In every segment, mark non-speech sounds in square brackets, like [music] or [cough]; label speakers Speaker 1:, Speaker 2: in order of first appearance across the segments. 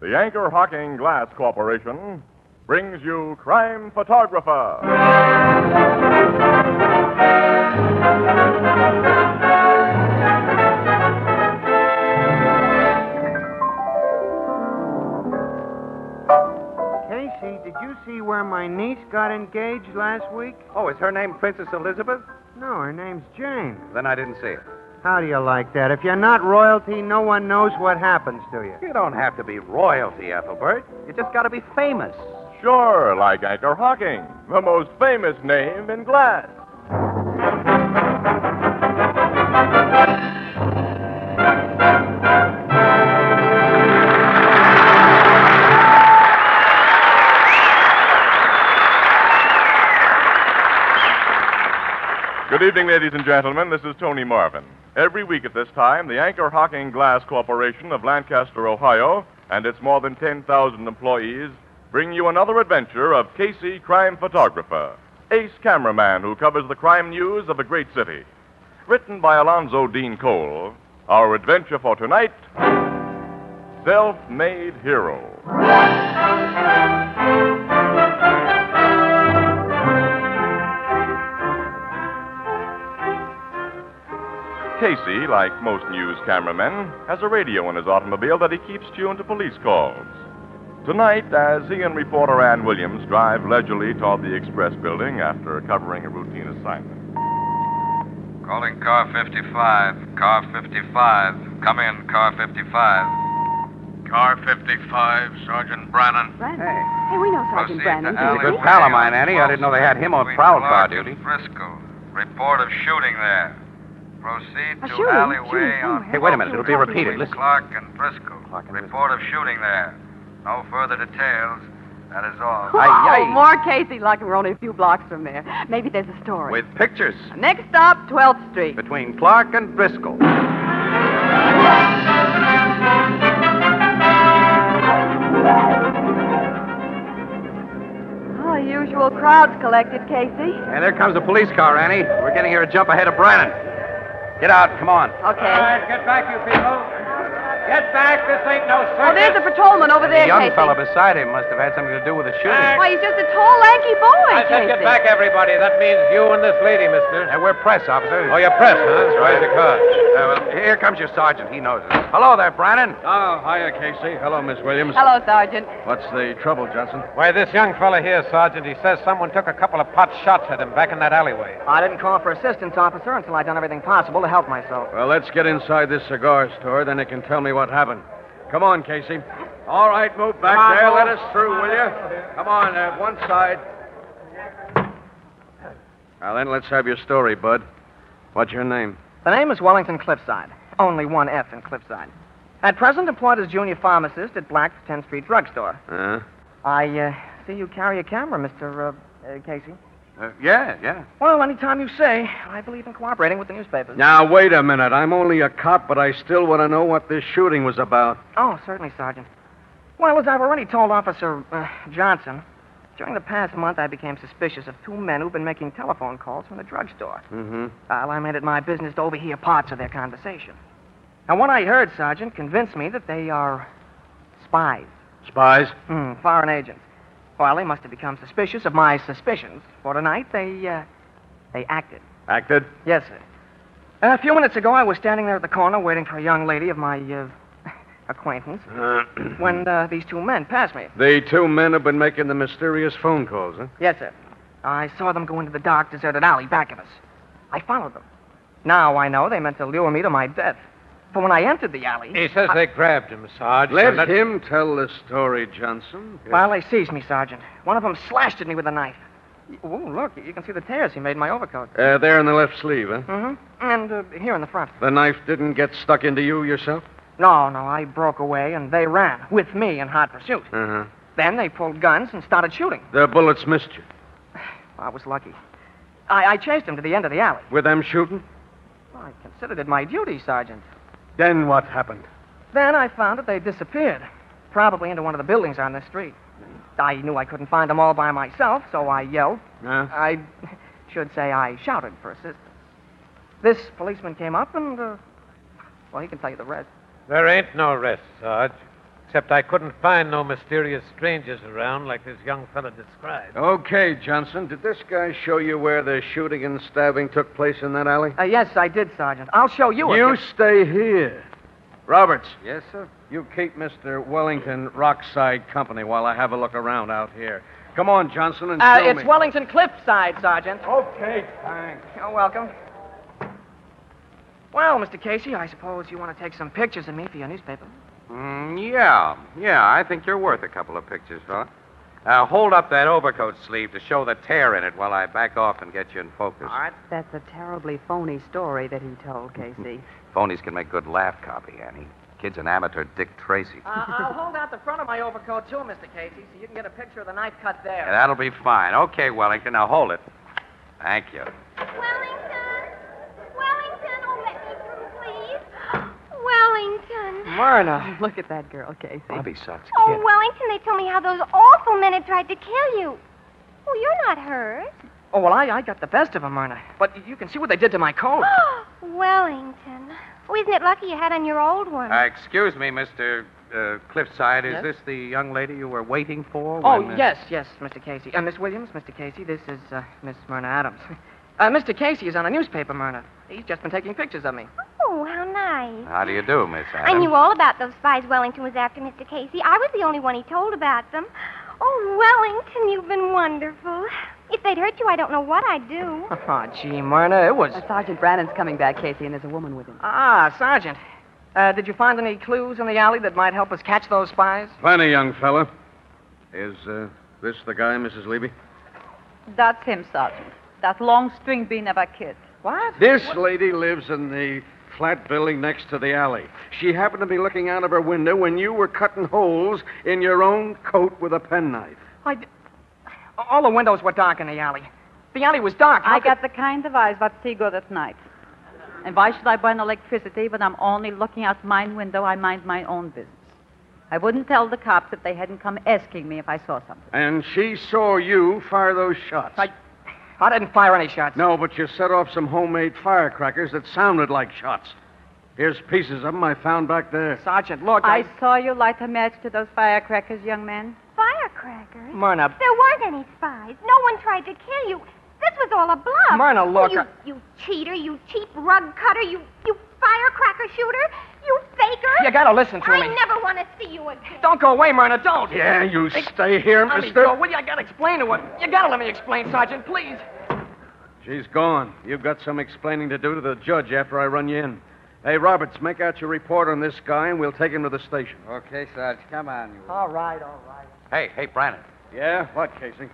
Speaker 1: The Anchor Hocking Glass Corporation brings you Crime Photographer.
Speaker 2: Casey, did you see where my niece got engaged last week?
Speaker 3: Oh, is her name Princess Elizabeth?
Speaker 2: No, her name's Jane.
Speaker 3: Then I didn't see it.
Speaker 2: How do you like that? If you're not royalty, no one knows what happens to you.
Speaker 3: You don't have to be royalty, Ethelbert. You just got to be famous.
Speaker 1: Sure, like Anchor Hocking, the most famous name in glass. Good evening, ladies and gentlemen. This is Tony Marvin. Every week at this time, the Anchor Hocking Glass Corporation of Lancaster, Ohio, and its more than 10,000 employees bring you another adventure of Casey, crime photographer, ace cameraman who covers the crime news of a great city. Written by Alonzo Dean Cole, our adventure for tonight Self Made Hero. Casey, like most news cameramen, has a radio in his automobile that he keeps tuned to police calls. Tonight, as he and reporter Ann Williams drive leisurely toward the Express building after covering a routine assignment,
Speaker 4: Calling car 55. Car 55. Come in, car 55. Car 55, Sergeant Brannon.
Speaker 5: Brannon.
Speaker 3: Hey.
Speaker 5: Hey, we know
Speaker 4: Proceed
Speaker 5: Sergeant Brannon.
Speaker 4: to
Speaker 3: alley-
Speaker 5: He's a
Speaker 3: good
Speaker 4: alleyway
Speaker 3: pal of mine, Annie. I didn't know they had him on
Speaker 4: between
Speaker 3: prowl car
Speaker 4: Clark and
Speaker 3: duty.
Speaker 4: Frisco. Report of shooting there. Proceed
Speaker 5: A
Speaker 6: Ah,
Speaker 5: Oh,
Speaker 4: to
Speaker 5: shooting?
Speaker 4: alleyway
Speaker 5: Shooting
Speaker 4: on
Speaker 5: somewhere?
Speaker 3: Hey, wait a minute. It'll be
Speaker 5: Copy.
Speaker 3: repeated.
Speaker 4: between
Speaker 3: Listen.
Speaker 4: Clark and Frisco.
Speaker 3: Clark and
Speaker 4: Report of shooting there. No further details. That is all.
Speaker 5: Oh,
Speaker 3: Aye, aye.
Speaker 5: more Casey like we're only a few blocks from there. Maybe there's a story.
Speaker 3: With pictures
Speaker 5: Next stop, 12th Street.
Speaker 3: between Clark and Driscoll.
Speaker 5: Oh, usual crowds collected, Casey.
Speaker 3: And there comes a police car, Annie. We're getting here a jump ahead of Brannon. Get out. Come on.
Speaker 5: Okay.
Speaker 7: get back, you people. Get back. This ain't no
Speaker 5: Oh, there's a patrolman over there,
Speaker 3: The young
Speaker 5: Casey.
Speaker 3: fellow beside him must have had something to do with the shooting.
Speaker 5: Why, he's just a tall, lanky boy,
Speaker 7: I said
Speaker 5: Casey.
Speaker 7: get back, everybody. That means you and this lady, mister.
Speaker 3: And we're press officers.
Speaker 7: Oh, you're pressed, huh? That's right. The car.
Speaker 3: Uh, well, here comes your sergeant. He knows us. Hello there, Brannon.
Speaker 7: Oh, hiya, Casey. Hello, Miss Williams.
Speaker 5: Hello, Sergeant.
Speaker 7: What's the trouble, Johnson? Why, this young fella here, Sergeant, he says someone took a couple of pot shots at him back in that alleyway.
Speaker 8: I didn't call for assistance, officer, until I'd done everything possible to help myself.
Speaker 7: Well, let's get inside this cigar store, then it can tell me what happened. Come on, Casey. All right, move back there. Let us through, will you? Come on, uh, one side. Now then, let's have your story, Bud. What's your name?
Speaker 8: The name is Wellington Cliffside. Only one F in Cliffside. At present employed as junior pharmacist at Black's 10th Street Drugstore.
Speaker 7: Huh?
Speaker 8: I uh, see you carry a camera, Mr. Uh, uh, Casey.
Speaker 3: Uh, yeah, yeah.
Speaker 8: Well, anytime you say, I believe in cooperating with the newspapers.
Speaker 7: Now, wait a minute. I'm only a cop, but I still want to know what this shooting was about.
Speaker 8: Oh, certainly, Sergeant. Well, as I've already told Officer uh, Johnson, during the past month I became suspicious of two men who've been making telephone calls from the drugstore.
Speaker 7: Mm-hmm.
Speaker 8: Well, I made it my business to overhear parts of their conversation. And what I heard, Sergeant, convinced me that they are spies,
Speaker 7: Spies?
Speaker 8: Hmm, foreign agents. Well, they must have become suspicious of my suspicions. For tonight, they, uh, they acted.
Speaker 7: Acted?
Speaker 8: Yes, sir. A few minutes ago, I was standing there at the corner waiting for a young lady of my uh, [laughs] acquaintance when uh, these two men passed me.
Speaker 7: the two men have been making the mysterious phone calls, huh?
Speaker 8: Yes, sir. I saw them go into the dark, deserted alley back of us. I followed them. Now I know they meant to lure me to my death. For when I entered the alley.
Speaker 9: He says they grabbed him, Sarge.
Speaker 7: Let
Speaker 9: and that-
Speaker 7: him tell the story, Johnson.
Speaker 8: Well, they seized me, Sergeant. One of them slashed at me with a knife. Ooh, look, you can see the tears he made in my overcoat.
Speaker 7: Uh, there in the left sleeve, huh?
Speaker 8: Mm-hmm. And uh, here in the front.
Speaker 7: The knife didn't get stuck into you yourself?
Speaker 8: No, no, I broke away, and they ran, with me in hot pursuit.
Speaker 7: Uh-huh.
Speaker 8: Then they pulled guns and started shooting. [sighs]
Speaker 7: The bullets missed you.
Speaker 8: I was lucky. I, I chased them to the end of the alley.
Speaker 7: With them shooting?
Speaker 8: Well, I considered it my duty, Sergeant.
Speaker 7: Then what happened?
Speaker 8: Then I found that they disappeared, probably into one of the buildings on this street. I knew I couldn't find them all by myself, so I yelled.
Speaker 7: Huh?
Speaker 8: I [laughs] should say I shouted for assistance. This policeman came up and, uh, well, he can tell you the rest.
Speaker 9: There ain't no rest, Sarge. Except I couldn't find no mysterious strangers around like this young fella described.
Speaker 7: Okay, Johnson, did this guy show you where the shooting and stabbing took place in that alley?
Speaker 8: Uh, yes, I did, Sergeant. I'll show you. if
Speaker 7: You stay here. Roberts,
Speaker 4: Yes, sir.
Speaker 7: you keep Mr. Wellington Rockside company while I have a look around out here. Come on, Johnson, and
Speaker 8: Uh,
Speaker 7: show
Speaker 8: it's
Speaker 7: me.
Speaker 8: Wellington Cliffside, Sergeant.
Speaker 7: Okay, thanks.
Speaker 8: You're welcome. Well, Mr. Casey, I suppose you want to take some pictures of me for your newspaper.
Speaker 4: Mm, yeah, yeah. I think you're worth a couple of pictures, fella. Uh, hold up that overcoat sleeve to show the tear in it while I back off and get you in focus.
Speaker 8: right.
Speaker 5: That's a terribly phony story that he told, Casey.
Speaker 4: [laughs] Phonies can make good laugh copy, Annie. Kid's an amateur Dick Tracy.
Speaker 8: Uh, I'll hold out the front of my overcoat, too, Mr. Casey, so you can get a picture of the knife cut there.
Speaker 4: Yeah, that'll be fine. Okay, Wellington, now hold it. Thank you.
Speaker 10: Wellington! Wellington! Oh, let me through, please. Wellington!
Speaker 8: Uh, [laughs] Myrna.
Speaker 5: Look at that girl, Casey.
Speaker 4: Bobby Sox
Speaker 10: Oh, Wellington, they told me how those awful men had tried to kill you. Oh, you're not hurt.
Speaker 8: Oh, well, I, I got the best of them, Myrna. But you can see what they did to my coat.
Speaker 10: Wellington. Oh, isn't it lucky you had on your old one?
Speaker 4: Uh, excuse me, Mr. Uh, Cliffside. Is
Speaker 8: Yes?
Speaker 4: this the young lady you were waiting for?
Speaker 8: Oh,
Speaker 4: when, uh,
Speaker 8: yes, yes, Mr. Casey. Uh, Miss Williams, Mr. Casey, this is uh, Miss Myrna Adams. [laughs] Uh, Mr. Casey is on a newspaper, Myrna. He's just been taking pictures of me. [laughs]
Speaker 10: Oh, how nice.
Speaker 4: How do you do, Miss Adams?
Speaker 10: I knew all about those spies Wellington was after, Mr. Casey. I was the only one he told about them. Oh, Wellington, you've been wonderful. If they'd hurt you, I don't know what I'd do.
Speaker 8: Oh, gee, Myrna, it was.
Speaker 5: Uh, Sergeant Brannan's coming back, Casey, and there's a woman with him.
Speaker 8: Ah, Sergeant. Uh, did you find any clues in the alley that might help us catch those spies?
Speaker 7: Plenty, young fella. Is uh, this the guy, Mrs. Levy?
Speaker 11: That's him, Sergeant. That long string bean of a kid.
Speaker 8: What?
Speaker 7: This lady lives in the flat building next to the alley. She happened to be looking out of her window when you were cutting holes in your own coat with a penknife.
Speaker 8: I d- All the windows were dark in the alley. The alley was dark. How
Speaker 11: I
Speaker 8: could-
Speaker 11: got the kind of eyes what see good at night. And why should I burn electricity when I'm only looking out mine window? I mind my own business. I wouldn't tell the cops if they hadn't come asking me if I saw something.
Speaker 7: And she saw you fire those shots.
Speaker 8: I- I didn't fire any shots.
Speaker 7: No, but you set off some homemade firecrackers that sounded like shots. Here's pieces of them I found back there.
Speaker 8: Sergeant, look.
Speaker 11: I saw you light a match to those firecrackers, young man.
Speaker 10: Firecrackers.
Speaker 8: Myrna.
Speaker 10: There weren't any spies. No one tried to kill you. This was all a bluff.
Speaker 8: Myrna, look,
Speaker 10: Oh, you,
Speaker 8: I-
Speaker 10: you cheater, you cheap rug cutter, you, you firecracker shooter, you faker.
Speaker 8: You gotta listen to
Speaker 10: I
Speaker 8: me.
Speaker 10: never want to see you again.
Speaker 8: Don't go away, Myrna. Don't.
Speaker 7: Yeah, you stay here,
Speaker 8: Let me
Speaker 7: mister.
Speaker 8: go, will you? I gotta explain to her. You gotta let me explain, Sergeant, please.
Speaker 7: She's gone. You've got some explaining to do to the judge after I run you in. Hey, Roberts, make out your report on this guy, and we'll take him to the station.
Speaker 4: Okay, Sarge, come on, you.
Speaker 8: All right, all right.
Speaker 4: Hey, hey, Brannon,
Speaker 7: Yeah? What, Casey?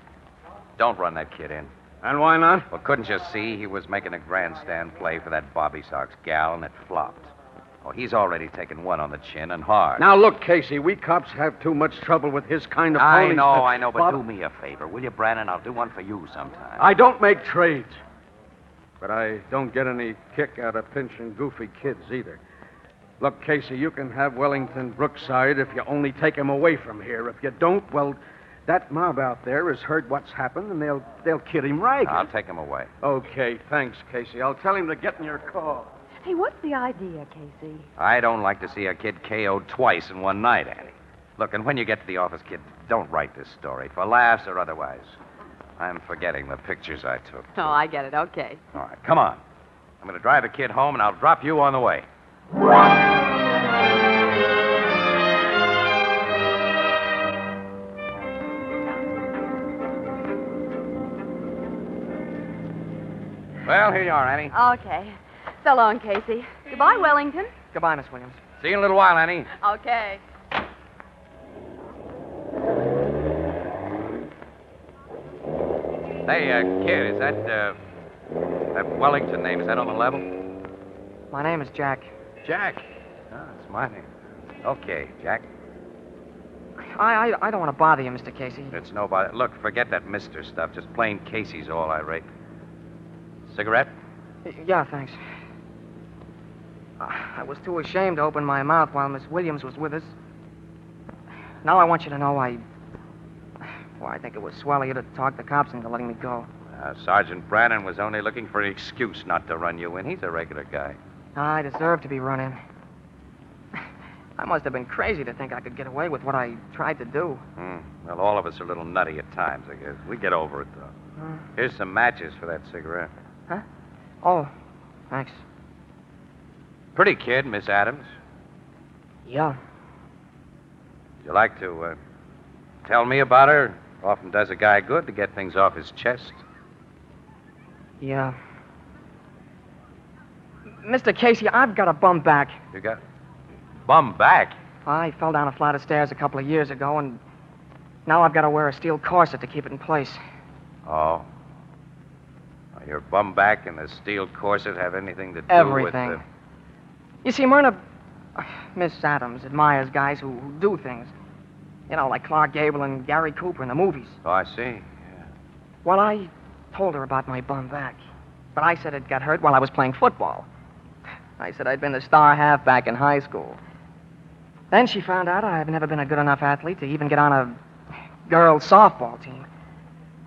Speaker 4: don't run that kid in.
Speaker 7: And why not?
Speaker 4: Well, couldn't you see he was making a grandstand play for that Bobby Sox gal, and it flopped. Oh, he's already taken one on the chin and hard.
Speaker 7: Now, look, Casey, we cops have too much trouble with his kind of
Speaker 4: I
Speaker 7: ponies
Speaker 4: know,
Speaker 7: to-
Speaker 4: I know, but
Speaker 7: Bob,
Speaker 4: do me a favor, will you, Brannon? I'll do one for you sometime.
Speaker 7: I don't make trades. But I don't get any kick out of pinching goofy kids either. Look, Casey, you can have Wellington Brookside if you only take him away from here. If you don't, well, that mob out there has heard what's happened, and they'll they'll kid him right.
Speaker 4: I'll take him away.
Speaker 7: Okay, thanks, Casey. I'll tell him to get in your
Speaker 4: [laughs]
Speaker 7: car.
Speaker 5: Hey, what's the idea, Casey?
Speaker 4: I don't like to see a kid KO'd twice in one night, Annie. Look, and when you get to the office, kid, don't write this story, for laughs or otherwise. I'm forgetting the pictures I took.
Speaker 5: Oh, I get it. Okay.
Speaker 4: All right, come on. I'm going to drive the kid home, and I'll drop you on the way.
Speaker 3: Well, here you are, Annie.
Speaker 5: Okay. So long, Casey. Goodbye, Wellington.
Speaker 8: Goodbye, Miss Williams.
Speaker 3: See you in a little while, Annie.
Speaker 5: Okay.
Speaker 4: Hey, uh, kid, is that, uh, that Wellington name, is that on the level?
Speaker 8: My name is Jack.
Speaker 4: Jack. Ah, it's my name. Okay, Jack.
Speaker 8: I, I, I don't want to bother you, Mr. Casey.
Speaker 4: It's nobody. Look, forget that mister stuff. Just plain Casey's all I rate. Cigarette?
Speaker 8: Yeah, thanks. Ah, I I was too ashamed to open my mouth while Miss Williams was with us. Now I want you to know I. Well, I think it was swell of you to talk the cops into letting me go.
Speaker 4: Uh, Sergeant Brannon was only looking for an excuse not to run you in. He's a regular guy.
Speaker 8: I deserve to be run in. I must have been crazy to think I could get away with what I tried to do.
Speaker 4: Hmm. Well, all of us are a little nutty at times, I guess. We get over it, though.
Speaker 8: Uh,
Speaker 4: Here's some matches for that cigarette.
Speaker 8: oh, thanks.
Speaker 4: Pretty kid, Miss Adams.
Speaker 8: Yeah.
Speaker 4: Would you like to uh, tell me about her? Often does a guy good to get things off his chest.
Speaker 8: Yeah. Mr. Casey, I've got a bum back.
Speaker 4: You got bum back.
Speaker 8: I fell down a flight of stairs a couple of years ago, and now I've got to wear a steel corset to keep it in place.
Speaker 4: Oh. Now, Your bum back and the steel corset have anything to do
Speaker 8: Everything.
Speaker 4: with
Speaker 8: You see, Myrna, [sighs] Miss Adams admires guys who, who do things. You know, like Clark Gable and Gary Cooper in the movies.
Speaker 4: the... Oh, I see.
Speaker 8: Well, I told her about my bum back, but I said it got hurt while I was playing football. I said I'd been the star halfback in high school. Then she found out I've never been a good enough athlete to even get on a girls' softball team,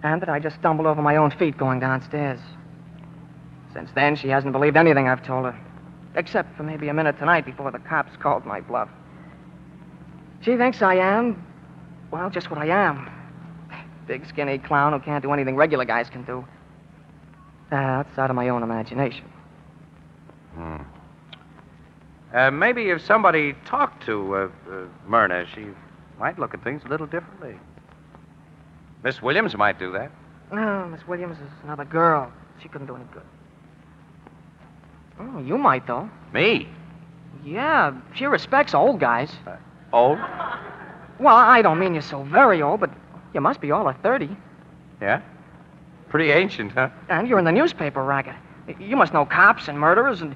Speaker 8: and that I just stumbled over my own feet going downstairs. Since then, she hasn't believed anything I've told her, except for maybe a minute tonight before the cops called my bluff. She thinks I am, well, just what I am Big skinny clown who can't do anything regular guys can do. Ah, that's out of my own imagination.
Speaker 4: Hmm. Uh, maybe if somebody talked to uh, uh, Myrna, she might look at things a little differently. Miss Williams might do that.
Speaker 8: No, Miss Williams is another girl. She couldn't do any good. Oh, you might, though.
Speaker 4: Me?
Speaker 8: Yeah, she respects old guys.
Speaker 4: Uh, Old?
Speaker 8: Well, I don't mean you're so very old, but you must be all of 30.
Speaker 4: Yeah? Pretty ancient, huh?
Speaker 8: And you're in the newspaper racket. You must know cops and murderers and.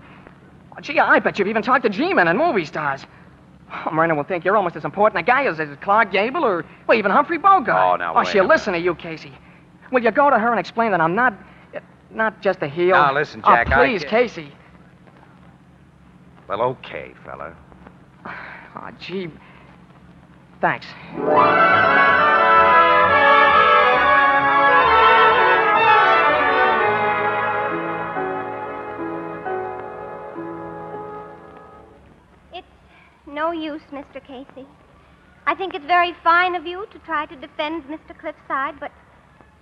Speaker 8: Gee, I bet you've even talked to G men and movie stars. Oh, Myrna will think you're almost as important a guy as, as Clark Gable or well, even Humphrey Bogart.
Speaker 4: Oh, now,
Speaker 8: Oh,
Speaker 4: wait a
Speaker 8: she'll
Speaker 4: minute.
Speaker 8: listen to you, Casey. Will you go to her and explain that I'm not. not just a heel?
Speaker 4: Now, listen,
Speaker 8: Oh,
Speaker 4: Jack, I
Speaker 8: please,
Speaker 4: ca-
Speaker 8: Casey.
Speaker 4: Well, okay, fella.
Speaker 8: Oh,
Speaker 4: Ah,
Speaker 8: gee. Thanks.
Speaker 10: It's no use, Mr. Casey. I think it's very fine of you to try to defend Mr. Cliffside, but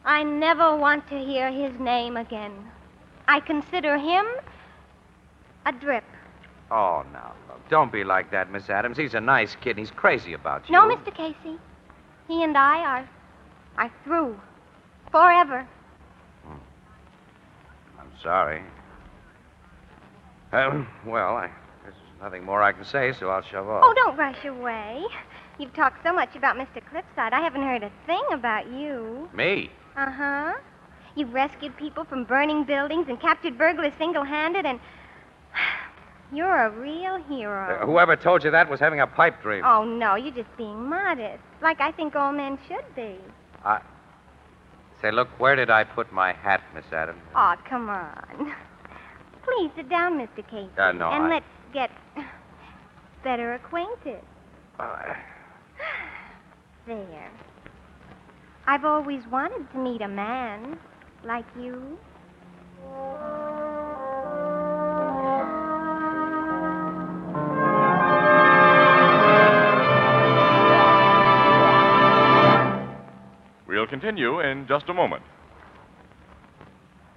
Speaker 10: I never want to hear his name again. I consider him a drip.
Speaker 4: Oh, now, look, don't be like that, Miss Adams. He's a nice kid, and he's crazy about you.
Speaker 10: No, Mr. Casey. He and I are are through. Forever.
Speaker 4: I'm sorry. Um, well, I, there's nothing more I can say, so I'll shove off.
Speaker 10: Oh, don't rush away. You've talked so much about Mr. Cliffside, I haven't heard a thing about you.
Speaker 4: Me?
Speaker 10: Uh huh. You've rescued people from burning buildings and captured burglars single handed, and [sighs] you're a real
Speaker 4: Uh,
Speaker 10: hero.
Speaker 4: whoever told you that was having a pipe dream.
Speaker 10: oh, no, you're just being modest, like I think all men should be.
Speaker 4: Say, look, where did I put my hat, Miss Adams?
Speaker 10: Oh, come on. [laughs] Please sit down, Mr. Casey.
Speaker 4: Uh, no,
Speaker 10: and
Speaker 4: I-
Speaker 10: let's get [sighs] better acquainted.
Speaker 4: Uh,
Speaker 10: There. I've always wanted to meet a man like you.
Speaker 1: We'll continue in just a moment.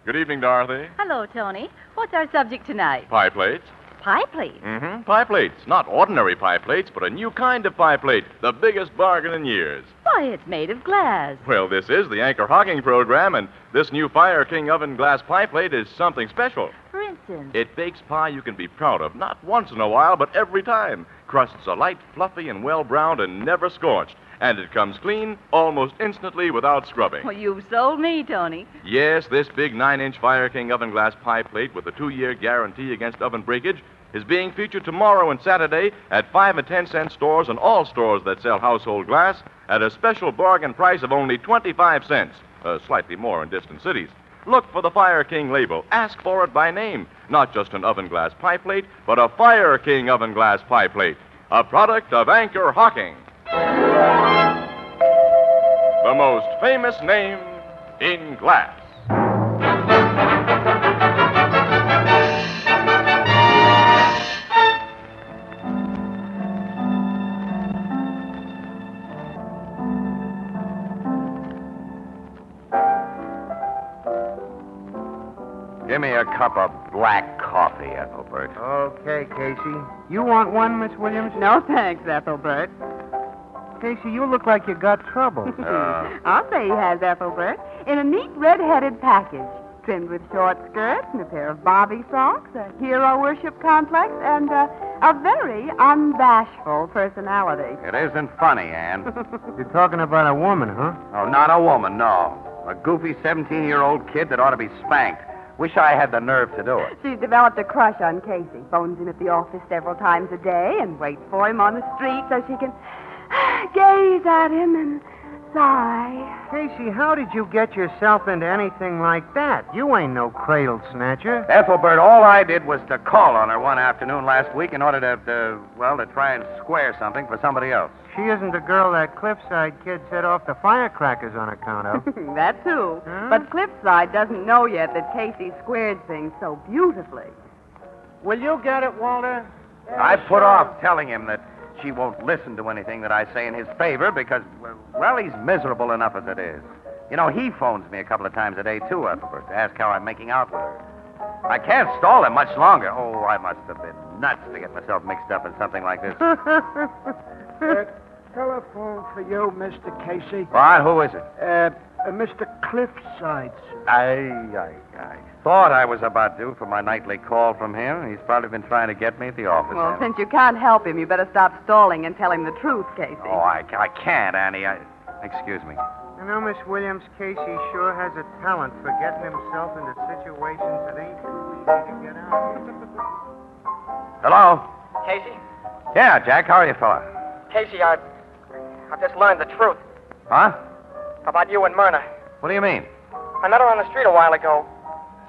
Speaker 1: Good evening, Dorothy.
Speaker 11: Hello, Tony. What's our subject tonight?
Speaker 1: Pie plates.
Speaker 11: Pie, please.
Speaker 1: Mm-hmm. Pie plates. Not ordinary pie plates, but a new kind of pie plate. The biggest bargain in years.
Speaker 11: Why, it's made of glass.
Speaker 1: Well, this is the Anchor Hocking program, and this new Fire King oven glass pie plate is something special.
Speaker 11: For instance,
Speaker 1: It bakes pie you can be proud of, not once in a while, but every time. Crusts are light, fluffy, and well browned and never scorched. And it comes clean almost instantly without scrubbing.
Speaker 11: well, you've sold me, Tony.
Speaker 1: Yes, this big 9 inch Fire King oven glass pie plate with a two year guarantee against oven breakage is being featured tomorrow and Saturday at 5 and 10 cent stores and all stores that sell household glass at a special bargain price of only 25 cents, uh, slightly more in distant cities. Look for the Fire King label. Ask for it by name. Not just an oven glass pie plate, but a Fire King oven glass pie plate, a product of Anchor Hocking. The most famous name in glass.
Speaker 4: Give me a cup of black coffee, Ethelbert.
Speaker 2: Okay, Casey. You want one, Miss Williams?
Speaker 6: No, thanks, Ethelbert.
Speaker 2: Casey, you look like you got trouble.
Speaker 6: [laughs]
Speaker 4: Uh.
Speaker 6: I'll say he has Ethelbert in a neat red-headed package, trimmed with short skirts and a pair of bobby socks, a hero worship complex, and uh, a very unbashful personality.
Speaker 4: It isn't funny,
Speaker 10: [laughs]
Speaker 4: Ann.
Speaker 2: You're talking about a woman, huh?
Speaker 4: Oh, not a woman, no. A goofy 17 year old kid that ought to be spanked. Wish I had the nerve to do it.
Speaker 6: She's developed a crush on Casey. Phones him at the office several times a day and waits for him on the street so she can [gasps] gaze at him and [laughs] sigh.
Speaker 2: Casey, how did you get yourself into anything like that? You ain't no cradle snatcher.
Speaker 4: Ethelbert, all I did was to call on her one afternoon last week in order to, to well, to try and square something for somebody else.
Speaker 2: She isn't the girl that Cliffside kid set off the firecrackers on account
Speaker 6: [laughs]
Speaker 2: of.
Speaker 6: that too.
Speaker 2: Huh?
Speaker 6: But Cliffside doesn't know yet that Casey squared things so beautifully.
Speaker 2: Will you get it, Walter?
Speaker 4: I put off telling him that she won't listen to anything that I say in his favor because, well, he's miserable enough as it is. You know, he phones me a couple of times a day, too, Ethelbert, to ask how I'm making out with her. I can't stall him much longer. Oh, I must have been nuts to get myself mixed up in something like this.
Speaker 12: uh, telephone for you, Mr. Casey.
Speaker 4: All right, who is it?
Speaker 12: Uh, uh, Mr. Cliffside, sir.
Speaker 4: I, I, I thought I was about due for my nightly call from him. He's probably been trying to get me at the office.
Speaker 6: Well,
Speaker 4: Annie.
Speaker 6: [laughs] since you can't help him, you better stop stalling and tell him the truth, Casey.
Speaker 4: Oh, I, I can't, Annie. I, excuse me.
Speaker 2: You know, Miss Williams, Casey sure has a talent for getting himself into situations that ain't easy to get out of.
Speaker 4: Hello?
Speaker 8: Casey?
Speaker 4: Yeah, Jack, how are you, fella?
Speaker 8: Casey, I, I've just learned the truth
Speaker 4: Huh?
Speaker 8: about you and Myrna.
Speaker 4: What do you mean?
Speaker 8: I met her on the street a while ago.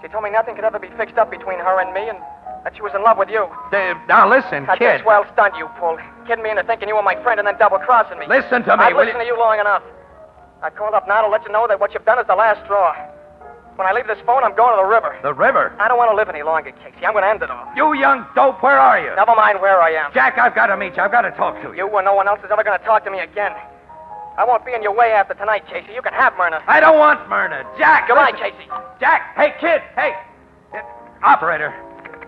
Speaker 8: She told me nothing could ever be fixed up between her and me, and that she was in love with you.
Speaker 4: Dave, now listen,
Speaker 8: That's
Speaker 4: kid.
Speaker 8: a swell stunt you pulled, kidding me into thinking you were my friend and then double crossing me.
Speaker 4: Listen to me,
Speaker 8: I've
Speaker 4: will
Speaker 8: listened
Speaker 4: you-
Speaker 8: to you long enough. I called up now to let you know that what you've done is the last straw. When I leave this phone, I'm going to the river.
Speaker 4: The river.
Speaker 8: I don't want to live any longer, Casey. I'm going to end it all.
Speaker 4: You young dope, where are you?
Speaker 8: Never mind where I am.
Speaker 4: Jack, I've got to meet you. I've got to talk to you.
Speaker 8: You or no one else is ever going to talk to me again. I won't be in your way after tonight, Casey. You can have Myrna.
Speaker 4: I don't want Myrna. Jack.
Speaker 8: Goodbye,
Speaker 4: listen.
Speaker 8: Casey.
Speaker 4: Jack. Hey, kid. Hey. Uh, Operator.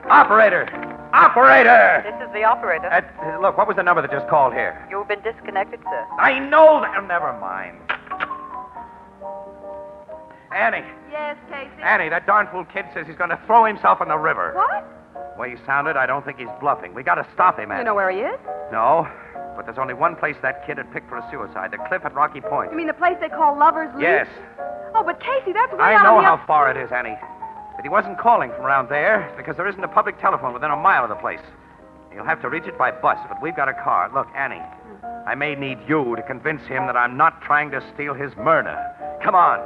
Speaker 4: Operator. Operator.
Speaker 13: This is the operator.
Speaker 4: Uh, uh, look, what was the number that just called here?
Speaker 13: You've been disconnected, sir.
Speaker 4: I know that. oh, Never mind. Annie.
Speaker 6: Yes, Casey.
Speaker 4: Annie, that darn fool kid says he's going to throw himself in the river.
Speaker 6: What?
Speaker 4: The way he sounded, I don't think he's bluffing. We got to stop him, Annie.
Speaker 6: You know where he is?
Speaker 4: No, but there's only one place that kid had picked for a suicide the cliff at Rocky Point.
Speaker 6: You mean the place they call Lover's Leap?
Speaker 4: yes,
Speaker 6: Oh, but Casey, that's way
Speaker 4: I
Speaker 6: out
Speaker 4: know
Speaker 6: on the
Speaker 4: how
Speaker 6: up-
Speaker 4: far it is, Annie. But he wasn't calling from around there because there isn't a public telephone within a mile of the place. You'll have to reach it by bus, but we've got a car. Look, Annie, I may need you to convince him that I'm not trying to steal his Myrna. Come on.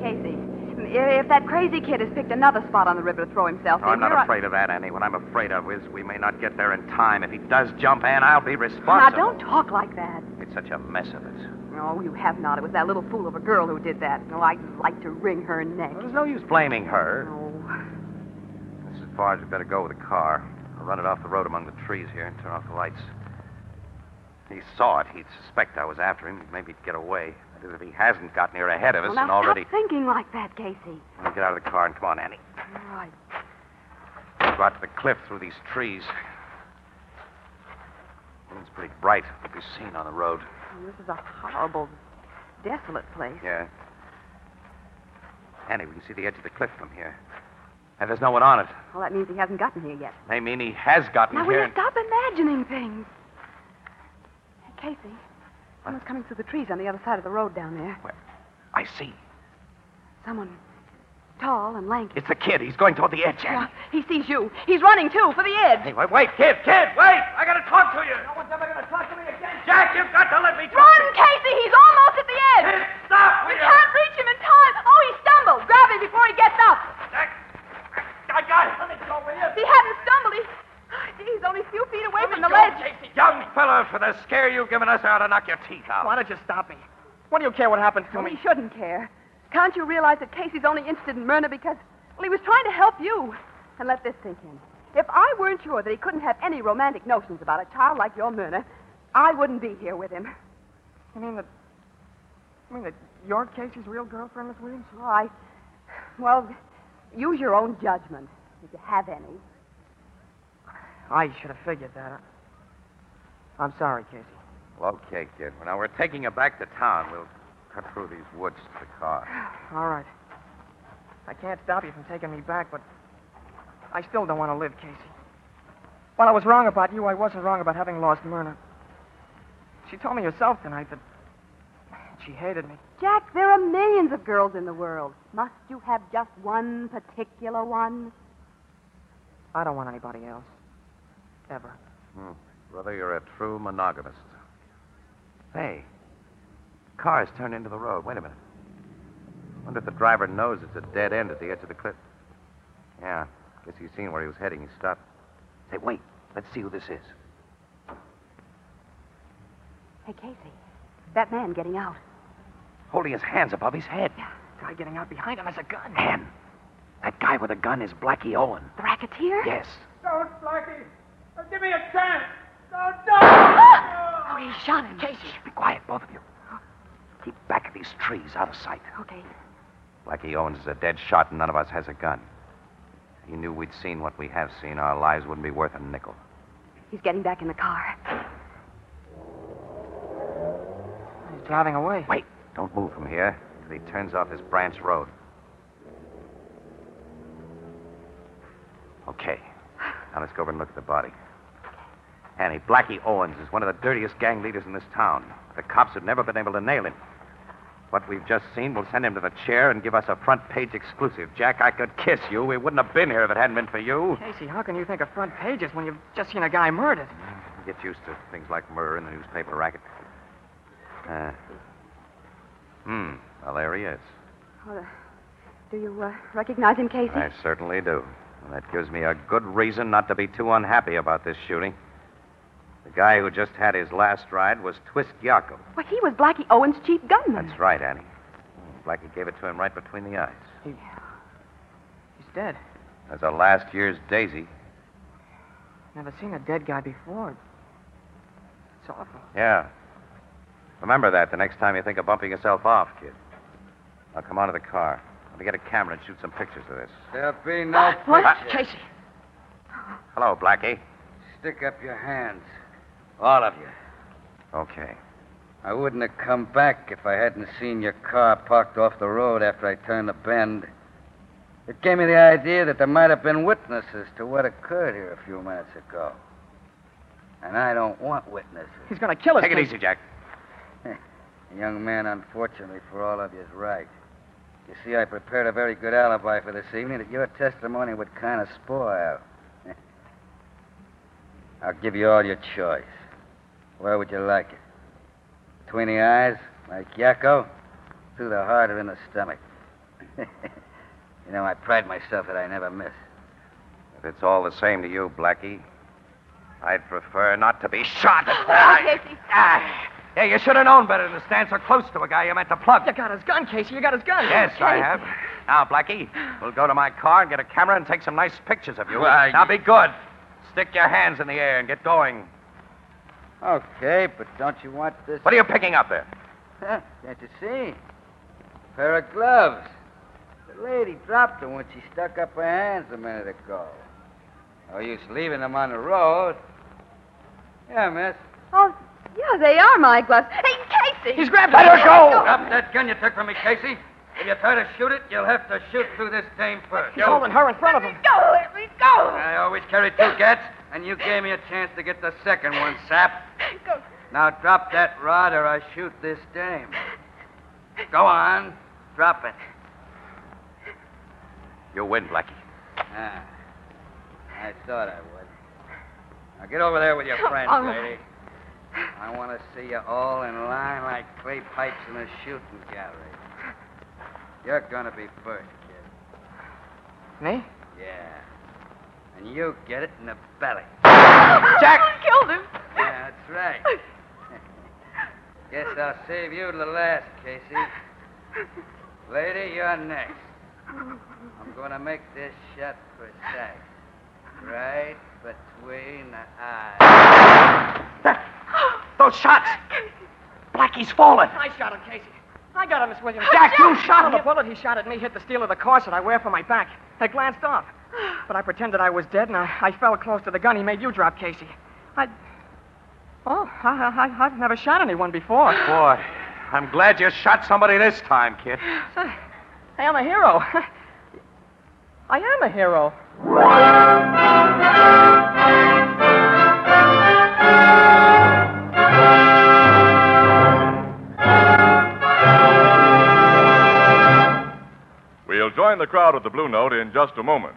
Speaker 6: Casey, if if that crazy kid has picked another spot on the river to throw himself
Speaker 4: No,
Speaker 6: in,
Speaker 4: Oh, I'm not
Speaker 6: you're a-
Speaker 4: afraid of that, Annie. What I'm afraid of is we may not get there in time. If he does jump, Ann, I'll be
Speaker 6: Now,
Speaker 4: responsible.
Speaker 6: Ah, don't talk like that.
Speaker 4: It's such a mess of it.
Speaker 6: No, you have not. It was that little fool of a girl who did that. Oh, I'd like to wring her neck.
Speaker 4: There's no use blaming her.
Speaker 6: No.
Speaker 4: This is as far as we better go with the car. I'll run it off the road among the trees here and turn off the lights. If he saw it, he'd suspect I was after him. He'd maybe get away. That is, if he hasn't got near ahead of us
Speaker 6: Well, now,
Speaker 4: and already.
Speaker 6: stop thinking like that, Casey.
Speaker 4: Well, Get out of the car and come on, Annie.
Speaker 6: All right.
Speaker 4: Go out to the cliff through these trees. It's pretty bright. We'll be seen on the road.
Speaker 6: Oh, This is a horrible, desolate place.
Speaker 4: Yeah. Annie, we can see the edge of the cliff from here. And there's no one on it.
Speaker 6: Well, that means he hasn't gotten here yet.
Speaker 4: They mean he has gotten
Speaker 6: Now, will
Speaker 4: here.
Speaker 6: you
Speaker 4: and-
Speaker 6: stop imagining things? Hey, Casey, someone's coming through the trees on the other side of the road down there.
Speaker 4: I see.
Speaker 6: Someone tall and lanky.
Speaker 4: It's the kid. He's going toward the edge, Annie.
Speaker 6: Yeah, he sees you. He's running, too, for the edge.
Speaker 4: Hey, wait, wait, kid, kid, wait! I gotta talk to you! No one's ever gonna talk to me again! Jack, you've got to let me talk!
Speaker 6: Run, Casey! He's almost at the edge!
Speaker 4: Kid, stop!
Speaker 6: We
Speaker 4: will you?
Speaker 6: can't reach him in time! Oh, he stumbled! Grab him before he gets up!
Speaker 4: Jack! I got it! Let me go, will you?
Speaker 6: He hadn't stumbled. He... Oh, gee, he's only a few feet away from the
Speaker 4: Go,
Speaker 6: ledge.
Speaker 4: Casey, young fella, for the scare you've given us, I ought to knock your teeth out.
Speaker 8: Why don't you stop me? What do you care what happens to
Speaker 6: Well,
Speaker 8: me?
Speaker 6: he shouldn't care. Can't you realize that Casey's only interested in Myrna because, well, he was trying to help you? And let this sink in. If I weren't sure that he couldn't have any romantic notions about a child like your Myrna, I wouldn't be here with him.
Speaker 8: You mean that. You mean that you're Casey's real girlfriend, Miss Williams? All right.
Speaker 14: Well, use your own judgment, if you have any.
Speaker 8: I Ah, should have figured that. I- I'm sorry, Casey.
Speaker 1: Well, okay, kid. Well, now, we're taking you back to town. We'll cut through these woods to the car.
Speaker 8: All right. I can't stop you from taking me back, but I still don't want to live, Casey. While I was wrong about you, I wasn't wrong about having lost Myrna. She told me herself tonight that she hated me.
Speaker 14: Jack, there are millions of girls in the world. Must you have just one particular one?
Speaker 8: I don't want anybody else. Ever.
Speaker 1: Hmm. Brother, you're a true monogamist. Hey, car's turned into the road. Wait a minute. Wonder if the driver knows it's a dead end at the edge of the cliff. Yeah, guess he's seen where he was heading. He stopped. Say, wait. Let's see who this is.
Speaker 14: Hey, Casey, that man getting out.
Speaker 15: Holding his hands above his head.
Speaker 8: Guy getting out behind him has a gun.
Speaker 15: Man, that guy with a gun is Blackie Owen.
Speaker 14: The racketeer?
Speaker 15: Yes.
Speaker 16: Don't, Blackie. Oh, give me a chance. Don't, don't.
Speaker 14: Oh, he shot him. Casey.
Speaker 15: Be quiet, both of you. Keep back of these trees, out of sight.
Speaker 14: Okay.
Speaker 1: Blackie Owens is a dead shot, and none of us has a gun. He knew we'd seen what we have seen. Our lives wouldn't be worth a nickel.
Speaker 14: He's getting back in the car.
Speaker 8: He's driving away.
Speaker 1: Wait. Don't move from here until he turns off this branch road. Okay. Now let's go over and look at the body. Annie, Blackie Owens is one of the dirtiest gang leaders in this town. The cops have never been able to nail him. What we've just seen will send him to the chair and give us a front page exclusive. Jack, I could kiss you. We wouldn't have been here if it hadn't been for you.
Speaker 8: Casey, how can you think of front pages when you've just seen a guy murdered?
Speaker 1: Get used to things like murder in the newspaper racket. Uh, hmm. Well, there he is.
Speaker 14: Oh, uh, do you uh, recognize him, Casey?
Speaker 1: I certainly do. And that gives me a good reason not to be too unhappy about this shooting. The guy who just had his last ride was Twist Yako.
Speaker 14: Well, he was Blackie Owen's chief gunman.
Speaker 1: That's right, Annie. Blackie gave it to him right between the eyes.
Speaker 8: He, he's dead.
Speaker 1: As a last year's daisy.
Speaker 8: Never seen a dead guy before. It's awful.
Speaker 1: Yeah. Remember that the next time you think of bumping yourself off, kid. Now come out of the car. Let me get a camera and shoot some pictures of this.
Speaker 17: There be no.
Speaker 8: What? Uh,
Speaker 17: pictures.
Speaker 8: Casey.
Speaker 1: Hello, Blackie.
Speaker 17: Stick up your hands. All of you.
Speaker 1: Okay.
Speaker 4: I wouldn't have come back if I hadn't seen your car parked off the road after I turned the bend. It gave me the idea that there might have been witnesses to what occurred here a few minutes ago. And I don't want witnesses.
Speaker 8: He's going to kill us.
Speaker 1: Take it
Speaker 8: Casey.
Speaker 1: easy, Jack.
Speaker 4: The young man, unfortunately for all of you, is right. You see, I prepared a very good alibi for this evening that your testimony would kind of spoil. [laughs] I'll give you all your choice. Where would you like it? Between the eyes, like Yakko? Through the heart or in the stomach? [laughs] you know, I pride myself that I never miss.
Speaker 1: If it's all the same to you, Blackie, I'd prefer not to be shot. Ah, yeah, you should have known better than to stand so close to a guy you meant to plug.
Speaker 8: You got his gun, Casey. You got his gun.
Speaker 1: Yes, I
Speaker 8: Casey.
Speaker 1: have. Now, Blackie, we'll go to my car and get a camera and take some nice pictures of you.
Speaker 4: Why,
Speaker 1: now, be good. Stick your hands in the air and get going.
Speaker 4: Okay, but don't you want this?
Speaker 1: What are you picking up there?
Speaker 4: Huh, can't you see? pair of gloves. The lady dropped them when she stuck up her hands a minute ago. No use leaving them on the road. Yeah, miss.
Speaker 14: Oh, yeah, they are my gloves. Hey, Casey!
Speaker 8: He's grabbed
Speaker 14: Let her go!
Speaker 4: Drop that gun you took from me, Casey. If you try to shoot it, you'll have to shoot through this dame first.
Speaker 8: He's holding her in front of him.
Speaker 14: Go, let me go!
Speaker 4: I always carry
Speaker 14: [coughs]
Speaker 4: two gats, and you gave me a chance to get the second one, sap.
Speaker 14: [coughs] Go.
Speaker 4: Now drop that rod or I shoot this dame. Go on. Drop it.
Speaker 1: You win, Blackie.
Speaker 4: Ah, I thought I would. Now get over there with
Speaker 14: [laughs]
Speaker 4: your friends,
Speaker 14: All right.
Speaker 4: lady. I want to see you all in line like clay pipes in a shooting gallery. You're gonna be first, kid.
Speaker 8: Me?
Speaker 4: Yeah. And you get it in the belly.
Speaker 14: [laughs]
Speaker 8: Jack!
Speaker 14: killed him.
Speaker 4: Yeah, that's right.
Speaker 14: [laughs]
Speaker 4: Guess I'll save you to the last, Casey. Lady, you're next. I'm gonna make this shot precise. Right
Speaker 1: [gasps]
Speaker 4: between the eyes.
Speaker 1: Those shots!
Speaker 18: Blackie's fallen.
Speaker 8: I shot him, Casey. I got him, Miss Williams.
Speaker 18: Jack, you shot
Speaker 8: him.
Speaker 18: him.
Speaker 8: The bullet he shot at me hit the steel of the corset I wear for my back. I glanced off. But I pretended I was dead, and I, I fell close to the gun he made you drop, Casey. I. Oh, I, I, I've never shot anyone before.
Speaker 1: Boy, I'm glad you shot somebody this time, kid.
Speaker 8: I am a hero. [laughs] I am a hero.
Speaker 4: We'll join the crowd at the Blue Note in just a moment.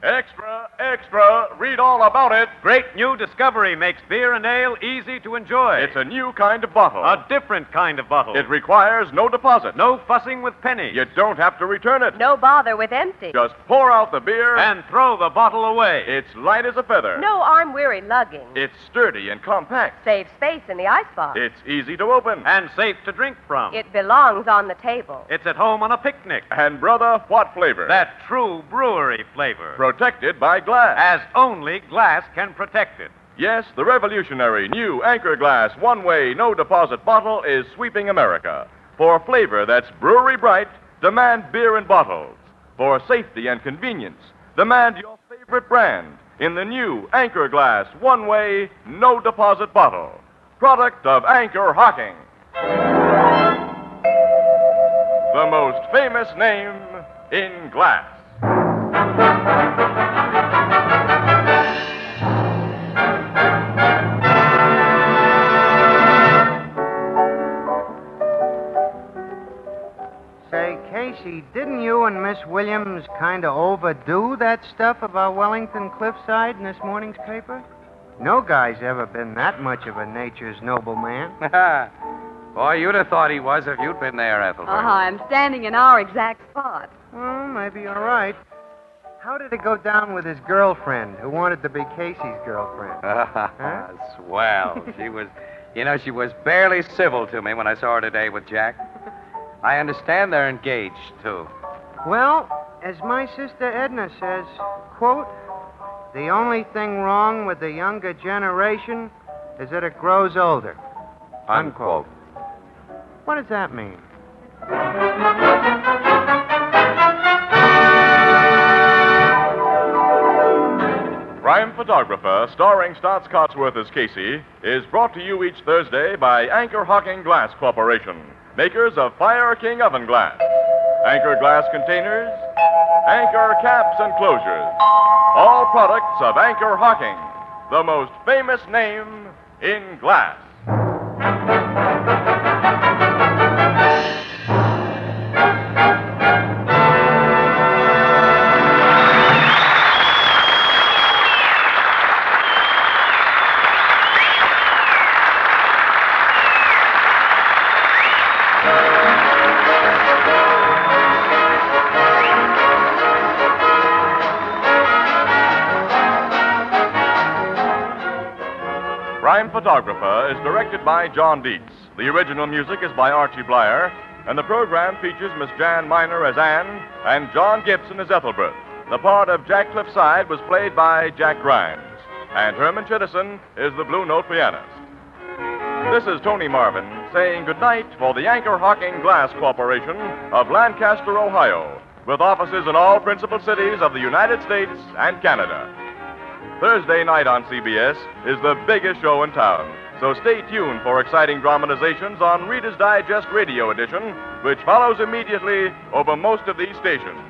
Speaker 4: Extra, extra, read all about it.
Speaker 14: Great new discovery makes beer and ale easy to enjoy.
Speaker 4: It's a new kind of bottle.
Speaker 14: A different kind of bottle.
Speaker 4: It requires no deposit.
Speaker 14: No fussing with pennies.
Speaker 4: You don't have to return it.
Speaker 6: No bother with empty.
Speaker 4: Just pour out the beer
Speaker 14: and throw the bottle away.
Speaker 4: It's light as a feather.
Speaker 6: No arm weary lugging.
Speaker 4: It's sturdy and compact.
Speaker 6: Saves space in the icebox.
Speaker 4: It's easy to open
Speaker 14: and safe to drink from.
Speaker 6: It belongs on the table.
Speaker 14: It's at home on a picnic.
Speaker 4: And brother, what flavor?
Speaker 14: That true brewery flavor.
Speaker 4: Protected by glass.
Speaker 14: As only glass can protect it.
Speaker 4: Yes, the revolutionary new Anchor Glass one way, no deposit bottle is sweeping America. For flavor that's brewery bright, demand beer in bottles. For safety and convenience, demand your favorite brand in the new Anchor Glass one way, no deposit bottle. Product of Anchor Hocking. The most famous name in glass.
Speaker 2: Say, Casey, didn't you and Miss Williams kind of overdo that stuff about Wellington Cliffside in this morning's paper? No guy's ever been that much of a nature's nobleman.
Speaker 1: Boy, you'd have thought he was if you'd been there, Ethelbert.
Speaker 6: Uh-huh. I'm standing in our exact spot.
Speaker 2: Well, maybe you're right. How did it go down with his girlfriend, who wanted to be Casey's girlfriend?
Speaker 1: huh? [laughs] Swell. She was, you know, she was barely civil to me when I saw her today with Jack. I understand they're engaged, too.
Speaker 2: Well, as my sister Edna says, quote, the only thing wrong with the younger generation is that it grows older.
Speaker 1: Unquote.
Speaker 2: What does that mean?
Speaker 4: Crime Photographer, starring Stotts Cotsworth as Casey, is brought to you each Thursday by Anchor Hocking Glass Corporation, makers of Fire King Oven Glass, Anchor Glass Containers, Anchor Caps and Closures. All products of Anchor Hocking, the most famous name in glass. Crime Photographer is directed by John Dietz. The original music is by Archie Blyer, and the program features Miss Jan Miner as Anne and John Gibson as Ethelbert. The part of Jack Cliffside was played by Jack Grimes, and Herman Chittison is the Blue Note pianist. This is Tony Marvin saying goodnight for the Anchor Hocking Glass Corporation of Lancaster, Ohio, with offices in all principal cities of the United States and Canada. Thursday night on CBS is the biggest show in town. So stay tuned for exciting dramatizations on Reader's Digest Radio Edition, which follows immediately over most of these stations.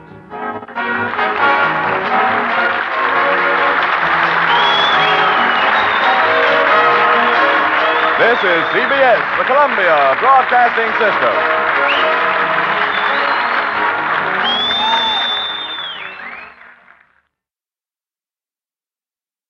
Speaker 4: This is CBS, the Columbia Broadcasting System.